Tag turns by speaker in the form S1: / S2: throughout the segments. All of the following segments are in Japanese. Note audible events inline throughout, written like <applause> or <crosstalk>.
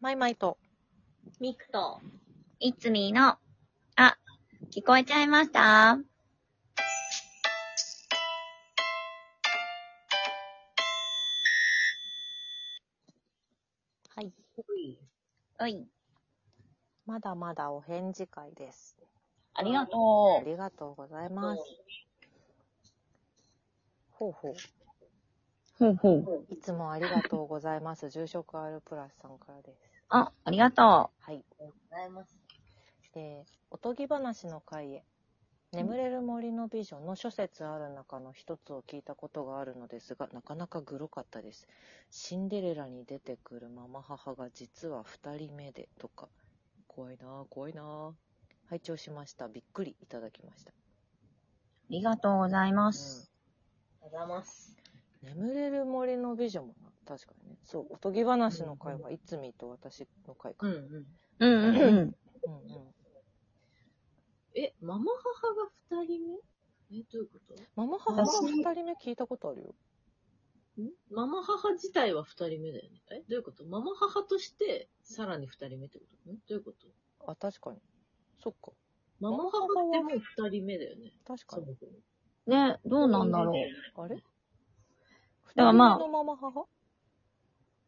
S1: まいまいと。
S2: ミクと、いつみーの、あ、聞こえちゃいました
S1: はい。
S2: おい、
S1: まだまだお返事会です。
S2: ありがと
S1: ありがとうございます。ほうほう。
S2: う。ほうほう。
S1: いつもありがとうございます。住職 R プラスさんからです。
S2: あ、ありがと
S1: はい。
S2: う。ございます。
S1: えー、おとぎ話の会へ。眠れる森の美女の諸説ある中の一つを聞いたことがあるのですが、なかなかグロかったです。シンデレラに出てくるママ母が実は二人目でとか、怖いなぁ、怖いなぁ。拝聴しました。びっくりいただきました。
S2: ありがとうございま
S1: うん
S2: す。ありがとうございます。
S1: 眠れる森の美女もな、確かにね。そう、おとぎ話の会はいつみと私の会か。
S3: うん
S1: う
S3: うんん。
S2: うんうんうん。
S1: うん。
S3: え、ママ母が二人目え、どういうこと
S1: ママ母が二人目聞いたことあるよ。
S3: んママ母自体は二人目だよね。え、どういうことママ母として、さらに二人目ってことんどういうこと
S1: あ、確かに。そっか。
S3: ママ母ってもう二人目だよね。
S1: 確か
S3: そ
S1: に
S3: も。そも
S2: ね、どうなんだろう。
S1: あれ
S2: だからま
S1: 二
S2: あ
S1: 人目のママ母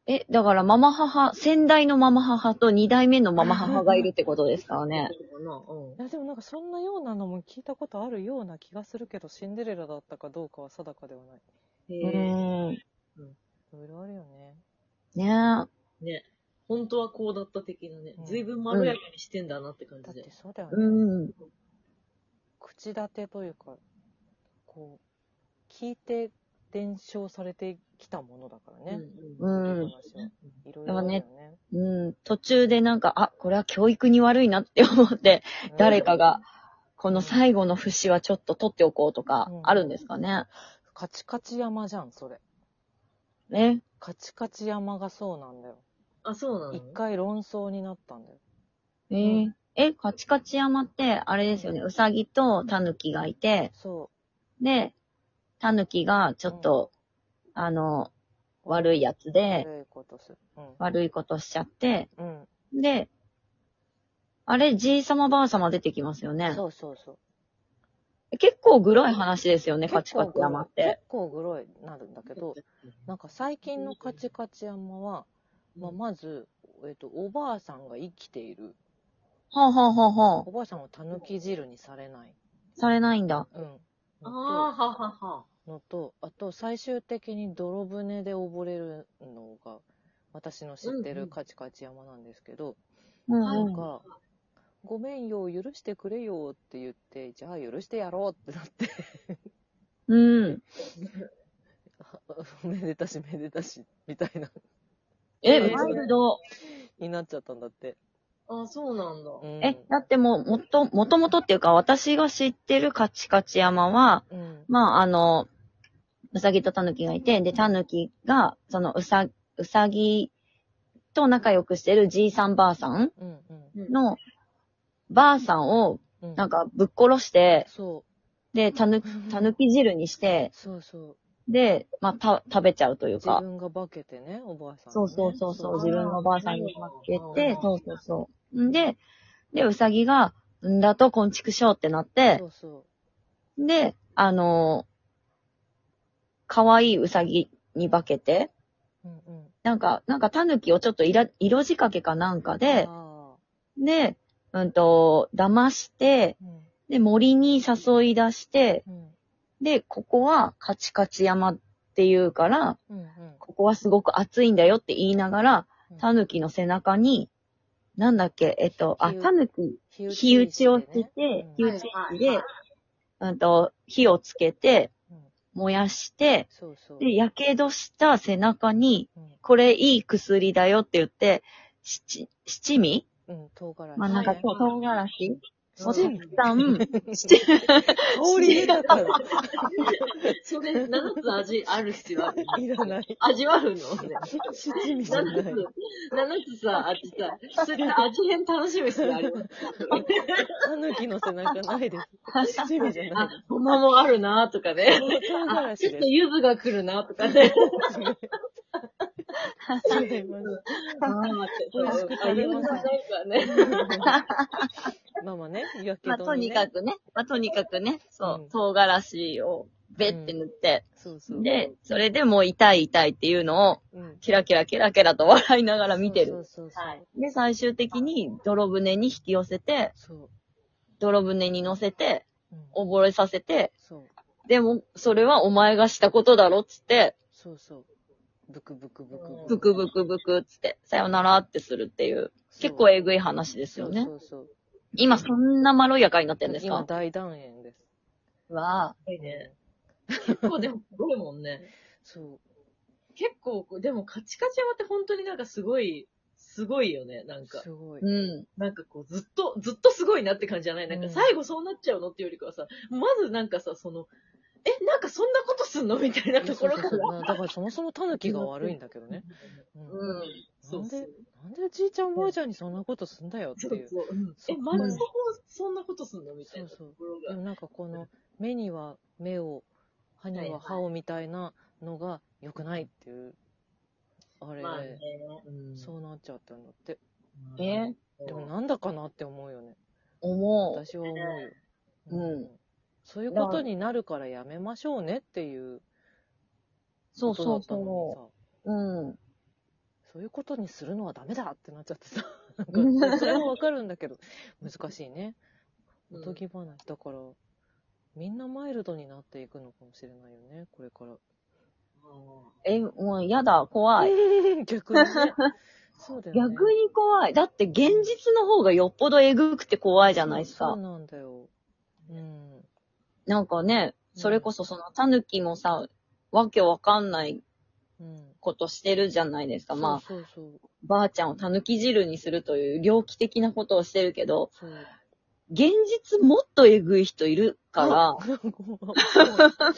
S2: え、だからママ母、先代のママ母と二代目のママ母がいるってことですからね。
S3: そうかなうん。
S1: いや、でもなんかそんなようなのも聞いたことあるような気がするけど、シンデレラだったかどうかは定かではない。
S2: う
S3: へえ。
S2: ーん。
S1: いろいろあるよね。
S2: ね
S3: ね。本当はこうだった的なね
S1: うん。
S3: ずいぶんまろやかにしてんだなって感
S1: だっ
S3: じで
S1: て。そうだよね。
S2: うん。
S1: 口立てというか、こう、聞いて伝承されてきたものだからね。
S3: う。
S2: うんん。
S1: 話は。いろい
S2: で
S1: ろあ
S2: も
S1: るよ
S2: ね
S1: ね。
S2: うん。途中でなんか、あ、これは教育に悪いなって思って、
S1: うん
S2: 誰かが、この最後の節はちょっと取っておこうとか
S1: うん、
S2: あるんですかね。
S1: カチカチ山じゃん、それ。
S2: ね。
S1: カチカチ山がそうなんだよ。
S3: あ、そうなの
S1: 一回論争になったんだよ。
S2: えーえ、カチカチ山って、あれですよね、うさぎとタヌキがいて、
S1: そ
S2: で、タヌキがちょっと、あの、悪いやつ
S1: う。
S2: で、
S1: 悪いことする。う
S2: 悪いことしちゃって、
S1: ん。うん。
S2: で、あれ、じいさまばあさま出てきますよね。
S1: そうそうそう。
S2: 結構グロい話ですよね、カチカチ山って。
S1: 結構グロい結構グロいなるんだけど、なんか最近のカチカチ山は、まあ、まず、えっと、おばあさんが生きている。
S2: ほうほうほうほ
S1: おばあさんはたぬき汁にされない。
S2: う。されないんだ。
S1: うん。
S3: ああ、
S1: の
S3: ははは。
S1: と、のとあと最終的に泥船で溺れるのが、私の知って
S3: うんう
S1: る
S3: ん
S1: カチカチ山なんですけど、
S2: うん
S3: は
S2: う
S1: な
S3: い
S1: ん
S2: ん。
S1: か、ごめんよ、許してくれよって言って、じゃあ許してやろうってなって、 <laughs>
S2: うん。
S1: めでたしめでたし、みたいな、
S2: え、
S3: えー
S2: ワイルド。
S1: になっちゃったんだって。
S3: あ、そうなんだ。
S1: うん、
S2: え、だってもう、もっと、もともとっていうか、私が知ってるカチカチ山は、
S1: うん。
S2: まあ、あの、うさぎとタヌキがいて、で、タヌキが、その、うさ、うさぎと仲良くしてるじいさんばあさん
S1: うん
S2: の、ばあさんを、
S1: うん。
S2: なん
S1: か、
S2: か、ぶっ殺して、
S1: そ
S2: で、たぬ
S1: う、。
S2: たぬき汁にして、
S1: そうそう。
S2: で、まあ、た、食べちゃうという
S1: 自
S2: か、
S1: 分が化けてね、おばあさん、ね。
S2: そうそうそう、そう自分のばあさんに負け
S3: う
S2: て
S3: ん、
S2: そうそうそう。んで、で、うさぎが、んだと、こんちくしょうってなって、
S1: そうそ
S2: で、あの可愛いウサギに化けて、
S1: う。うんうん。
S2: なんか、なんかタヌキをちょっといら色仕掛けかなんかで、
S1: あ
S2: で、うんと、騙して、
S1: ーうん
S2: で、森に誘い出して、
S1: うん
S2: で、ここはカチカチ山っていうから、
S1: うんうん
S2: ここはすごく暑いんだよって言いながら、
S1: うん。
S2: タヌキの背中に、なんだっけ、えっと、あ、
S1: 火打
S2: タヌキ、
S1: 火
S2: 火打ちをつけて、
S1: 火
S2: 火
S1: 打
S2: 打
S1: ち
S2: ち
S3: はいはい
S2: で、うんと、火をつけて
S1: うん、
S2: 燃やして、
S1: そうそう。
S2: で、やけどした背中に、
S1: うん
S2: これいい薬だよって言って、七、七味
S1: うん、唐辛子ね。
S2: まあなんか、
S3: はいはい
S2: と唐辛子
S1: そ
S2: も
S1: う
S2: ち
S3: 七味
S2: ろん、七味
S1: 香り出だったら、
S3: それ、7つ味ある必要ある。
S1: いらない。
S3: 味わるのね。
S1: 七味じゃない。
S3: 7つ、7つさ、味さ、それ味変楽しむ必要あります。
S1: タヌキの背中ないです。七味じゃ
S3: あ
S1: ない。、
S3: ごまもある <laughs> なとかね。
S1: 唐辛子
S3: あ、ちょっ
S1: で
S3: と
S1: す。
S3: 柚子が来るなとかね。
S1: 食べま
S3: <laughs> ああ、ちょっ
S1: 美味し
S3: と
S1: く食べます
S3: あ言うことないからね。
S1: す。まあまあね、やけ
S2: <laughs> まあ、
S1: ど
S2: と
S1: に
S2: に
S1: ね。
S2: かくね、まあ、とにかくね、そう、
S1: うん
S2: 唐辛子をべって塗って、
S1: そうそう。
S2: で、それでもう痛い痛いっていうのを、
S1: うん、
S2: キラキラキラキラと笑いながら見て
S1: そ
S2: る
S1: う。そうそうそう。
S3: はい。
S2: で、最終的に泥船に引き寄せて、
S1: そう。
S2: 泥船に乗せて、
S1: うん
S2: 溺れさせて、
S1: そう。
S2: でも、それはお前がしたことだろっつって、
S1: そうそう。ブクブクブク
S2: ブクブクブクっつって、さよならってするっていう、結構
S1: え
S2: えぐい話ですよね
S1: そ。うそう
S2: 今そんなまろやかになって
S1: そ
S2: ん
S1: う
S2: です
S1: 今
S2: か
S1: 大断円です。
S2: わあ。
S3: いいね。結構でもすごいもんね。
S1: そう。
S3: 結構、でもカチカチ山って本当になんかすごい、すごいよね。なんか、
S1: すごい。
S2: うん。
S3: なんかこうずっと、ずっとすごいなって感じじゃないなん
S1: う
S3: か
S1: ん
S3: 最後そうなっちゃうのっていうよりかはさ、まずなんかさ、その、え、なんかそんなことすんのみた
S1: <laughs>
S3: いなところから。
S1: そうそうそうだからそもそもタヌキが悪いんだけどね。うん
S2: うん。
S3: そうそう。
S1: なんでじいちゃんばあちゃんにそんなことすんだよって
S3: そう
S1: いう。
S3: そう。うん
S1: そ
S3: え、
S1: う
S3: まずそこ、そんなことすんのみたいなと
S1: そうそう
S3: ころ
S1: で
S3: が。
S1: もなんかこの目には目を、歯には歯をみたいなのが良くないっていう、あれ
S3: まあね
S1: で、。
S3: うん
S1: そうなっちゃったんだって。
S3: まあ
S2: え
S1: でもなんだかなって思うよね。
S2: 思
S1: 私は思うよ。
S2: うん
S1: そういうことになるからやめましょうねっていう
S2: う。
S1: こ
S2: そう
S1: とだ
S2: そう
S1: ったのにさ、
S2: そ
S1: そうい
S2: う。うん。
S1: うことにするのはダメだってなっちゃって
S2: <laughs>
S1: さ、なんかそれはわかるんだけど、難しいね。おとぎ話だから、みんなマイルドになっていくのかもしれないよね、これから。
S2: え、もうやだ、怖い。
S1: <laughs> 逆
S2: <laughs>
S1: にね。そうだよね。
S2: 逆に怖い。だって現実の方がよっぽどえぐくて怖いじゃないです
S1: そう
S2: か。
S1: なんだよ。うん。
S2: なんかね、それこそそのタヌキもさ、わけわかんない
S1: うん。
S2: ことしてるじゃないですか。まあ、
S1: そうそうそう。
S2: ばあちゃんをタヌキ汁にするという猟奇的なことをしてるけど、
S1: そう
S2: 現実もっとえぐい人いる
S1: <laughs>
S2: から、
S1: ら。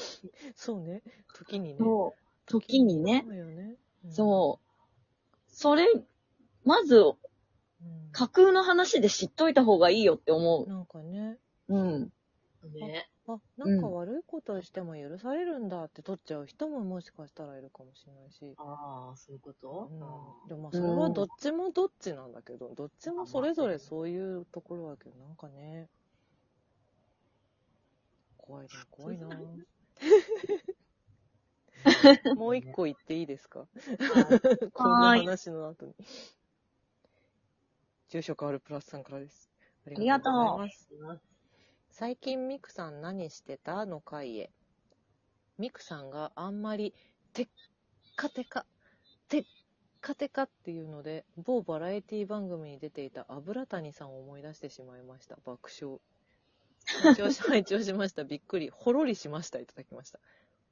S1: そうね。時にね。
S2: そう、時にね
S1: そ、うよね。
S2: そう、それ、まず
S1: うん。うん
S2: 架空の話で知っといた方がいいよって思
S1: なんかね、
S2: う。うん。
S3: ね。
S1: あ、なんか悪いことしても許されるんだって取っちゃう人ももしかしたらいるかもしれないし。
S3: ああ、そういうこ
S1: う
S3: と
S1: ん、でもまあそれはどっちもどっちなんだけど、どっちもそれぞれそういうところだけど、なんかね、怖いな、怖い <laughs> な。もう一個言っていいですかこんな話の後に。住職あるプラスさんからです。ありがとうございます。最近ミクさん何してたの回へ。ミクさんがあんまりテッカテカ、テッカテカっていうので、某バラエティ番組に出ていた油谷さんを思い出してしまいました。爆笑。拝
S2: <laughs>
S1: 聴し拝聴しました。びっくり。ほろりしました。いただきました。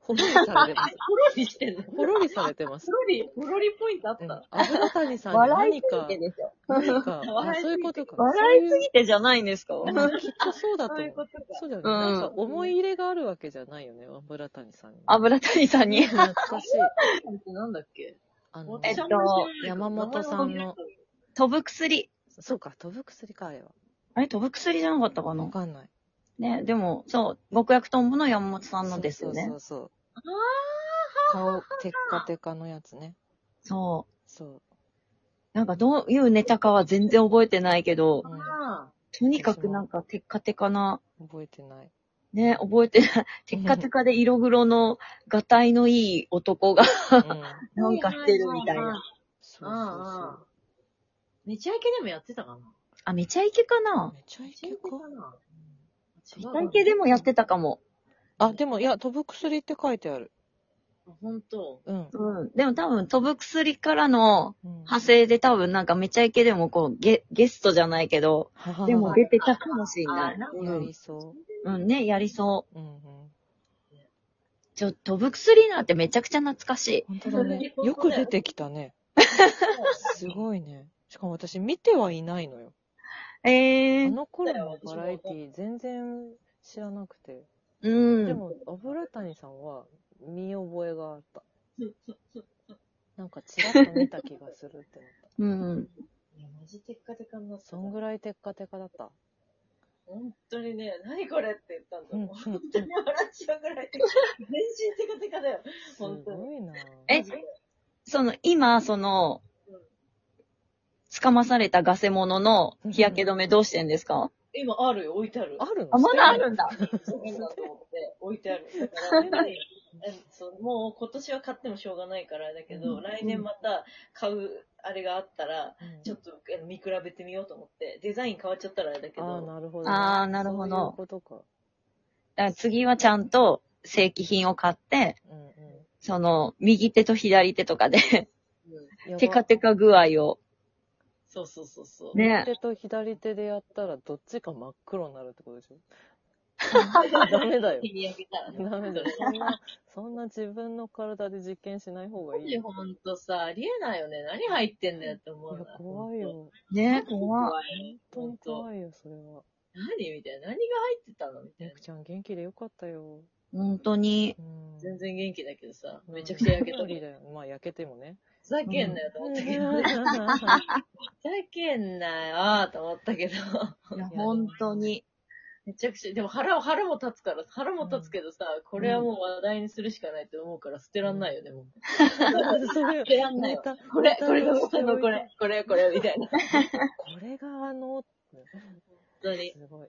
S1: ほろりされて
S2: <laughs>
S1: ます。
S3: ほろりしてんの
S1: ほろりされてます
S3: ほ。ろり、ほろりポイントあっ
S1: うん
S3: た。
S1: 油谷さんに
S2: 笑
S1: 何
S2: いすぎ
S1: か
S2: て、ですよ。
S1: 何か、あ
S3: 笑い
S1: そ
S3: すぎて
S1: ういうことか。
S2: 笑いすぎてじゃないんですか
S1: そういううんきっとそうだと
S3: そ
S1: 思
S3: ういう
S1: う
S3: こ。とか。
S1: そうだよね。
S2: うん
S1: なんか思い入れがあるわけじゃないよね、油谷さんに。
S2: 油谷さんに。
S1: 懐かしい。
S3: なんだっけ
S1: あの、
S2: えっと
S1: 山本さんの。
S2: 飛ぶ薬。
S1: そうか、飛ぶ薬か、あれは。
S2: あれ、飛ぶ薬じゃなかったか
S1: わ
S2: な
S1: かんない。
S2: ね、でも、そう、極悪トンボの山本さんのですよね
S1: そ。うそうそう。顔、テッカテカのやつね。
S2: そ。
S1: そう
S2: なんか、どういうネタかは全然覚えてないけど
S1: う。、う
S3: あ
S2: とにかくなんか、テッカテカな、
S1: ん、覚えて <laughs> ない。
S2: ね、覚えてない。テッカテカで色黒の、がたいのいい男が、
S1: うん。
S2: なんかしてるみたいな。。
S1: そうそう
S3: あ
S1: そ
S3: あ。めちゃイケでもやってたかな
S2: あ、めちゃイケか
S1: う。
S2: な
S1: めちゃイ
S3: めち
S1: ケ
S3: ゃイケ
S1: か
S3: かな
S2: めちゃイケでもやってたかも。
S1: あ、でも、いや、飛ぶ薬って書いてある。
S3: 本当。
S1: うん。
S2: うん。でも多分、飛ぶ薬からの
S1: うん
S2: 派生で多分なんかめちゃイケでもこう、ゲ、ゲストじゃないけど、でも出てたかもしれない。
S3: あ
S1: や
S2: うん
S1: り。そ。
S2: うんね、やりそう
S1: うんうん。
S2: う。ちょ、飛ぶ薬なんてめちゃくちゃ懐かしい。
S1: 本当だね。よく出てきた <laughs> ね。すごいね。しかも私見てはいないのよ。
S2: ええ
S1: あ
S2: ー。
S1: の頃のバラエティ全然知らなくて。
S2: うん。
S1: でも、油谷さんは見覚えがあった。なんかちらっと見た気がする <laughs> ってなっ。
S2: うん。
S3: いや、マジテッカテカになったた
S1: そ。んぐらいテッカテカだった。
S3: 本当にね、何これって言ったんだ
S1: うんう
S3: も
S1: ん
S3: ん。本当に笑っちゃうぐらい。全身テカテカだよ。
S1: す
S3: 本当
S1: ごいなぁ
S2: えその、今、その、捕まされたガセモノの日焼け止めどうしてんですか
S3: 今あるよ、置いてある。
S1: あるの
S2: あ、まだあるんだ。
S3: そうだと思って置いてある。だからえそうもう今年は買ってもしょうがないからだけど、
S1: うん
S3: 来年また買うあれがあったら、
S1: うん
S3: ちょっとあの見比べてみようと思って、デザイン変わっちゃったらあれだけ
S1: ああ、
S3: ど、
S1: なるほど。
S2: ああ、なるほ
S1: そういう
S2: ど。
S1: ことか。
S2: だから次はちゃんと正規品を買って、
S1: うんうん
S2: その、右手と左手とかで、
S3: うん
S1: やば。
S2: テカテカ具合を。
S3: そうそうそうそ
S1: <laughs>
S3: う。
S2: ね
S1: 右手と左手でやったら、どっちか真っ黒になるってことで
S3: <laughs>
S1: しょダメだよ。
S3: 手に焼けたらね。
S1: ダメだよ。そんな、そんな自分の体で実験しない方がいい。いや、
S3: ほんとさ、ありえないよね。何入ってんだよって思うな。
S1: 怖い。よ。
S2: ね怖い。
S3: 怖い。
S1: 本
S3: 本
S1: 当に
S3: 当。
S1: 怖いよ、それは。
S3: 何みたいな。何が入ってたのみた
S1: み
S3: いな
S1: く。ちゃん元気でよかったよ。
S2: 本当に。
S1: うん。
S3: 全然元気だけどさ、めちゃくちゃ焼けた
S1: 無
S3: もん。
S1: 理
S3: ふ
S1: だよ。まあ、焼けてもね。
S3: ざけんなよと思ったけどね。ふざけんなよーと思ったけど。 <laughs>
S2: いや本当に。
S3: めちゃくちゃ、でも腹を、腹も立つから、腹も立つけどさ、これはもう話題にするしかないって思うから捨てらんないよね、もう。
S1: それ
S3: 捨てらんない
S1: ネ
S3: よ。
S1: タ、
S3: これ、これが僕の、これ、これ、これ、みたいな。本
S1: これがあの、
S3: 当に。
S1: すごい。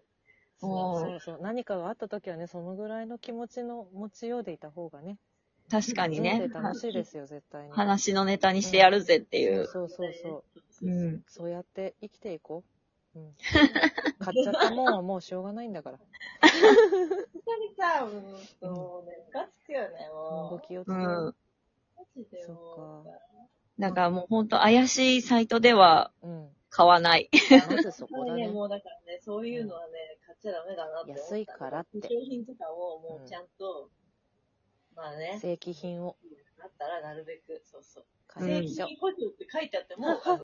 S2: おー
S1: そうそうそう。何かがあった時はね、そのぐらいの気持ちの持ちようでいた方がね。
S2: 確かにね
S1: 人。生楽しいですよ、絶対に。
S2: 話のネタにしてやるぜっていう。
S1: そうそうそう。
S2: う。ん。
S1: そうやって生きていこう。
S3: <laughs>
S1: うん。買っちゃったもんはもうしょうがないんだから。
S3: 本当にさ、うんと、ね、ムカつくよね、
S1: 今後
S3: もう。
S1: 気をつけ
S2: う
S1: て。
S2: ん。
S3: マジでも
S2: だからもう本当怪しいサイトでは
S1: うん。
S2: 買わない。
S1: まずそこ
S3: ま
S1: だ
S3: あね、
S1: ね。
S3: もうだからね、そういうのはね、買っちゃダメだなって思った。
S1: 安いからって
S3: 化粧品とかをもうちゃんと、まあね、
S1: 正規品を
S3: だったらなるべく、そうそう。
S1: 買いましょう
S3: 正規補助って書いてあっても、あの